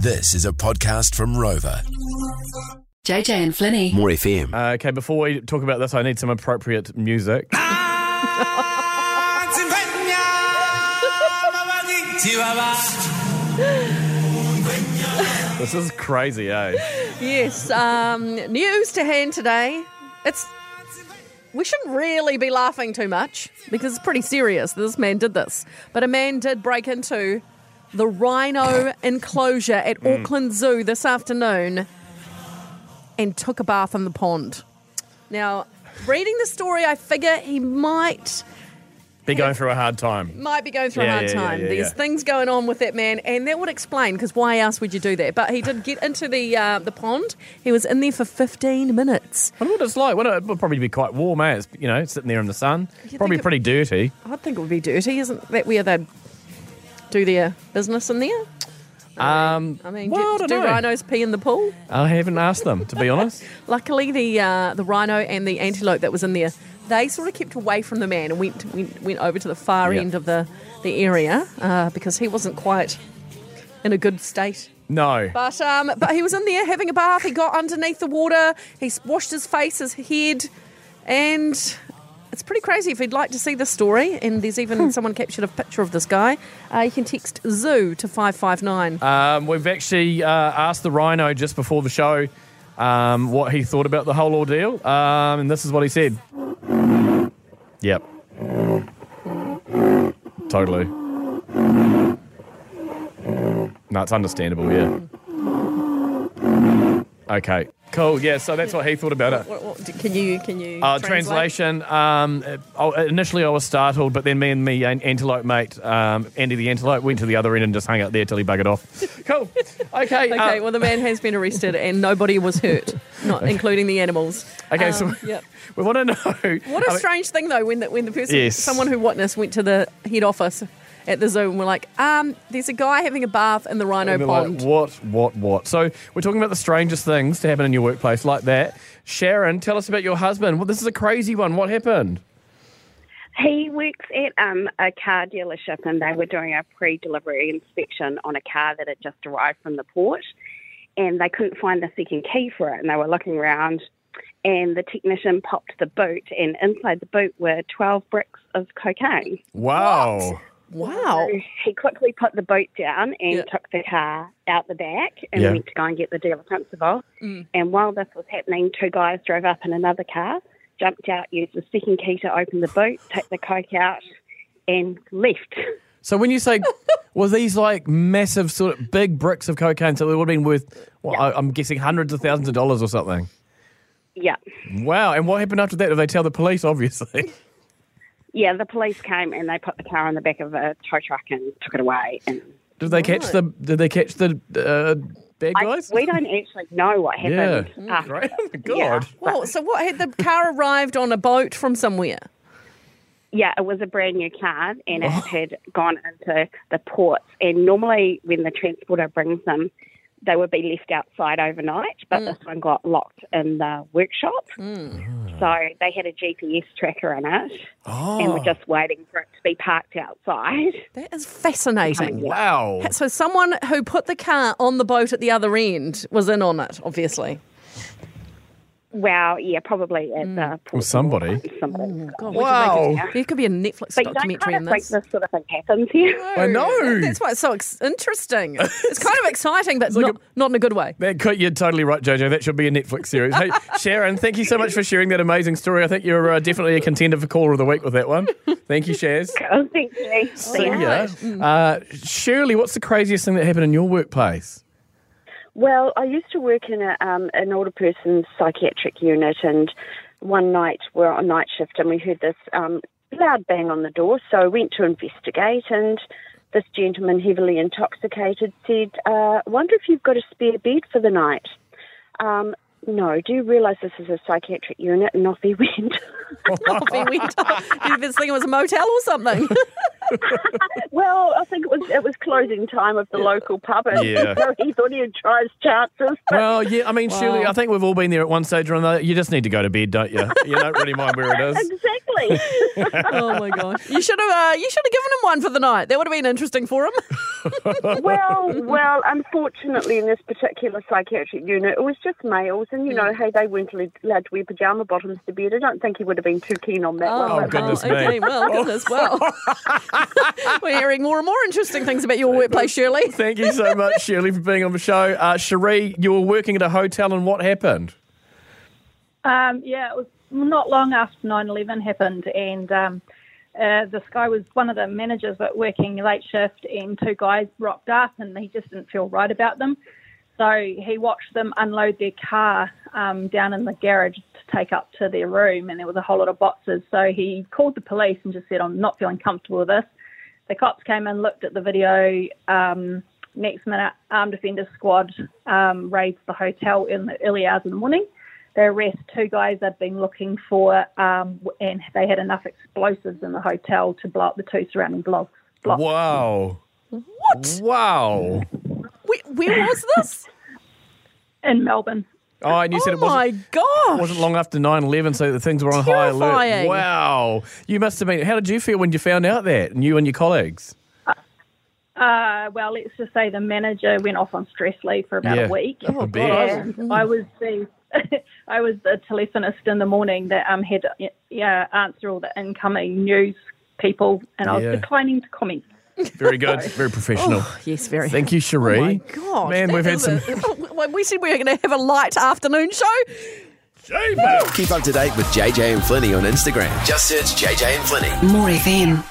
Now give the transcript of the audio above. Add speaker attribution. Speaker 1: This is a podcast from Rover.
Speaker 2: JJ and Flinny.
Speaker 3: More FM.
Speaker 4: Uh, okay, before we talk about this, I need some appropriate music. This is crazy, eh?
Speaker 5: Yes, um, news to hand today. It's we shouldn't really be laughing too much because it's pretty serious. This man did this, but a man did break into the rhino enclosure at Auckland Zoo this afternoon and took a bath in the pond. Now, reading the story, I figure he might
Speaker 4: Be going through a hard time.
Speaker 5: might be going through
Speaker 4: Yeah,
Speaker 5: a hard
Speaker 4: yeah, yeah,
Speaker 5: time.
Speaker 4: yeah,
Speaker 5: There's
Speaker 4: yeah.
Speaker 5: things going on with that man, and that would explain because why else would you do that? But he did get into the uh, the pond. He was in there for 15 minutes.
Speaker 4: I wonder what it's like. Well, it would probably be quite warm, eh? It's, you know, sitting there in the sun.
Speaker 5: think
Speaker 4: Probably
Speaker 5: it-
Speaker 4: pretty dirty.
Speaker 5: I'd think it would be dirty, isn't that where they do their business in there?
Speaker 4: Um,
Speaker 5: I mean,
Speaker 4: well,
Speaker 5: do,
Speaker 4: I
Speaker 5: do
Speaker 4: don't know.
Speaker 5: rhinos pee in the pool?
Speaker 4: I haven't asked them, to be honest.
Speaker 5: Luckily, the uh, the rhino and the antelope that was in there, they sort of kept away from the man and went went, went over to the far
Speaker 4: Yeah.
Speaker 5: end of the the area uh, because he wasn't quite in a good state.
Speaker 4: No.
Speaker 5: But um, but he was in there having a bath. He got underneath the water. He washed his face, his head, and it's pretty crazy. If you'd like to see this story, and there's
Speaker 4: Hmm.
Speaker 5: even someone captured a picture of this guy, uh, you can text zoo to five five nine.
Speaker 4: Um, we've actually uh, asked the rhino just before the show um, what he thought about the whole ordeal, um, and this is what he said. Yep. Totally. No, it's understandable, yeah. Okay, cool. Yeah, so that's what he thought about it.
Speaker 5: What, what, can you can you
Speaker 4: Uh,
Speaker 5: translate?
Speaker 4: translation. Um, it- oh, initially, I was startled, but then me and me an antelope mate, um, Andy the antelope, went to the other end and just hung out there till he buggered off. cool. Okay.
Speaker 5: Okay,
Speaker 4: uh,
Speaker 5: well the man has been arrested and nobody was hurt, not including the animals.
Speaker 4: okay. so
Speaker 5: Yep.
Speaker 4: we want to know.
Speaker 5: um, What
Speaker 4: I
Speaker 5: a
Speaker 4: mean,
Speaker 5: strange thing though when the, when the person
Speaker 4: Yes.
Speaker 5: someone who witnessed went to the head office at the zoo and were like, um, there's a guy having a bath in the rhino
Speaker 4: we're like,
Speaker 5: pond.
Speaker 4: what? What? What? So we're talking about the strangest things to happen in your workplace, like that. Sharon, tell us about your husband. Well, this is a crazy one. What happened?
Speaker 6: He works at um, a car dealership and they were doing a pre delivery inspection on a car that had just arrived from the port and they couldn't find the second key for it and they were looking around and the technician popped the boot and inside the boot were 12 bricks of cocaine.
Speaker 4: Wow.
Speaker 5: Wow.
Speaker 6: He quickly put the boot down and
Speaker 5: Yeah.
Speaker 6: took the car out the back and
Speaker 4: Yeah. Mm.
Speaker 6: went to go and get the dealer principal. And while this was happening, two guys drove up in another car, jumped out, used the second key to open the boot, took the coke out, and left.
Speaker 4: So when you say, were these like massive sort of big bricks of cocaine? So it would have been worth, well, I, I'm guessing hundreds of thousands of dollars or something.
Speaker 6: Yeah.
Speaker 4: Wow. And what happened after that? Did they tell the police? Obviously.
Speaker 6: Yeah, the police came and they put the car on the back of a tow truck and took it away. And
Speaker 4: Did they catch the? Did they catch the uh, bad
Speaker 6: I-
Speaker 4: guys?
Speaker 6: we don't actually know what
Speaker 4: yeah.
Speaker 6: happened. after
Speaker 4: Great.
Speaker 6: this. Yeah.
Speaker 4: God.
Speaker 5: Well, so what had the car arrived on a boat from somewhere?
Speaker 6: Yeah, it was a brand new car and
Speaker 5: Oh.
Speaker 6: it had gone into the ports. And normally, when the transporter brings them, they would be left outside overnight,
Speaker 5: Mm.
Speaker 6: but this one got locked in the workshop.
Speaker 5: Mm.
Speaker 6: So they had a GPS tracker in it and
Speaker 5: Oh.
Speaker 6: were just waiting for it to be parked outside.
Speaker 5: That is fascinating.
Speaker 4: Wow.
Speaker 5: So someone who put the car on the boat at the other end was in on it, obviously.
Speaker 6: Well, yeah, probably at the port.
Speaker 4: Well, somebody.
Speaker 6: somebody.
Speaker 5: Mm. Oh, God,
Speaker 4: Wow.
Speaker 5: We could make a, there could be a Netflix
Speaker 6: But you don't
Speaker 5: documentary
Speaker 6: kind
Speaker 5: on
Speaker 6: of think
Speaker 5: this.
Speaker 6: this sort of thing happens here.
Speaker 4: I know.
Speaker 5: That's why it's so ex- interesting. It's kind of exciting, but
Speaker 4: like
Speaker 5: not, not in a good way.
Speaker 4: That could, you're totally right, Jojo. That should be a Netflix series. Hey, Sharon, thank you so much for sharing that amazing story. I think you're uh, definitely a contender for caller of the week with that one. Thank you, Shaz.
Speaker 6: Oh, thank you. See ya.
Speaker 4: Uh, Shirley, what's the craziest thing that happened in your workplace?
Speaker 7: Well, I used to work in a, um, an older person's psychiatric unit, and one night we were on night shift and we heard this um, loud bang on the door. So I went to investigate, and this gentleman, heavily intoxicated, said, uh, Wonder if you've got a spare bed for the night. Um, no, do you realise this is a psychiatric unit? And off he went.
Speaker 5: Off he went. You'd been thinking it was a motel or something.
Speaker 7: well, I think it was it was closing time of the local pub, and
Speaker 4: Yeah.
Speaker 7: so he thought he'd try his chances.
Speaker 4: Well, yeah, I mean, Shirley, I think we've all been there at one stage or another. You just need to go to bed, don't you? You don't really mind where it is.
Speaker 7: Exactly.
Speaker 5: oh my gosh! You should have. Uh, you should have given him one for the night. That would have been interesting for him.
Speaker 7: well, well, unfortunately, in this particular psychiatric unit, it was just males, and you
Speaker 4: Mm.
Speaker 7: know, hey, they weren't li- allowed to wear pajama bottoms to bed. I don't think he would have been too keen on that one.
Speaker 4: Oh,
Speaker 7: but-
Speaker 4: goodness me. Oh.
Speaker 5: okay, well, goodness, well. We're hearing more and more interesting things about your workplace, Shirley.
Speaker 4: Thank you so much, Shirley, for being on the show. Uh, Cherie, you were working at a hotel, and what happened?
Speaker 3: Um, yeah, it was not long after 9 11 happened, and um, uh, this guy was one of the managers at working late shift, and two guys rocked up, and he just didn't feel right about them. So he watched them unload their car um, down in the garage to take up to their room, and there was a whole lot of boxes. So he called the police and just said, I'm not feeling comfortable with this. The cops came in, looked at the video. Um, next minute, armed defender squad um, raids the hotel in the early hours of the morning. They arrest two guys they'd been looking for, um, and they had enough explosives in the hotel to blow up the two surrounding blocks. blocks.
Speaker 4: Wow.
Speaker 5: What?
Speaker 4: Wow.
Speaker 5: Where, where was this?
Speaker 3: In Melbourne.
Speaker 4: Oh, and you said
Speaker 5: oh
Speaker 4: it wasn't,
Speaker 5: my gosh.
Speaker 4: wasn't long after 9 11, so the things were on high alert.
Speaker 5: Terrifying.
Speaker 4: Wow. You must have been. How did you feel when you found out that, and you and your colleagues?
Speaker 3: Uh, well, let's just say the manager went off on stress leave for about
Speaker 4: Yeah.
Speaker 3: a week.
Speaker 4: Oh, I bet.
Speaker 3: and I was the I was the telephonist in the morning that um had to, yeah answer all the incoming news people, and I was
Speaker 4: Yeah.
Speaker 3: declining to comment.
Speaker 4: Very good. Very professional.
Speaker 5: Oh, Yes, very.
Speaker 4: Thank you, Cherie.
Speaker 5: Oh my God.
Speaker 4: Man,
Speaker 5: that
Speaker 4: we've had
Speaker 5: is
Speaker 4: some.
Speaker 5: a- Oh, Well, we said we were going to have a light afternoon show.
Speaker 1: Keep up to date with JJ and Flinny on Instagram. Just search JJ and Flinny.
Speaker 2: More FM.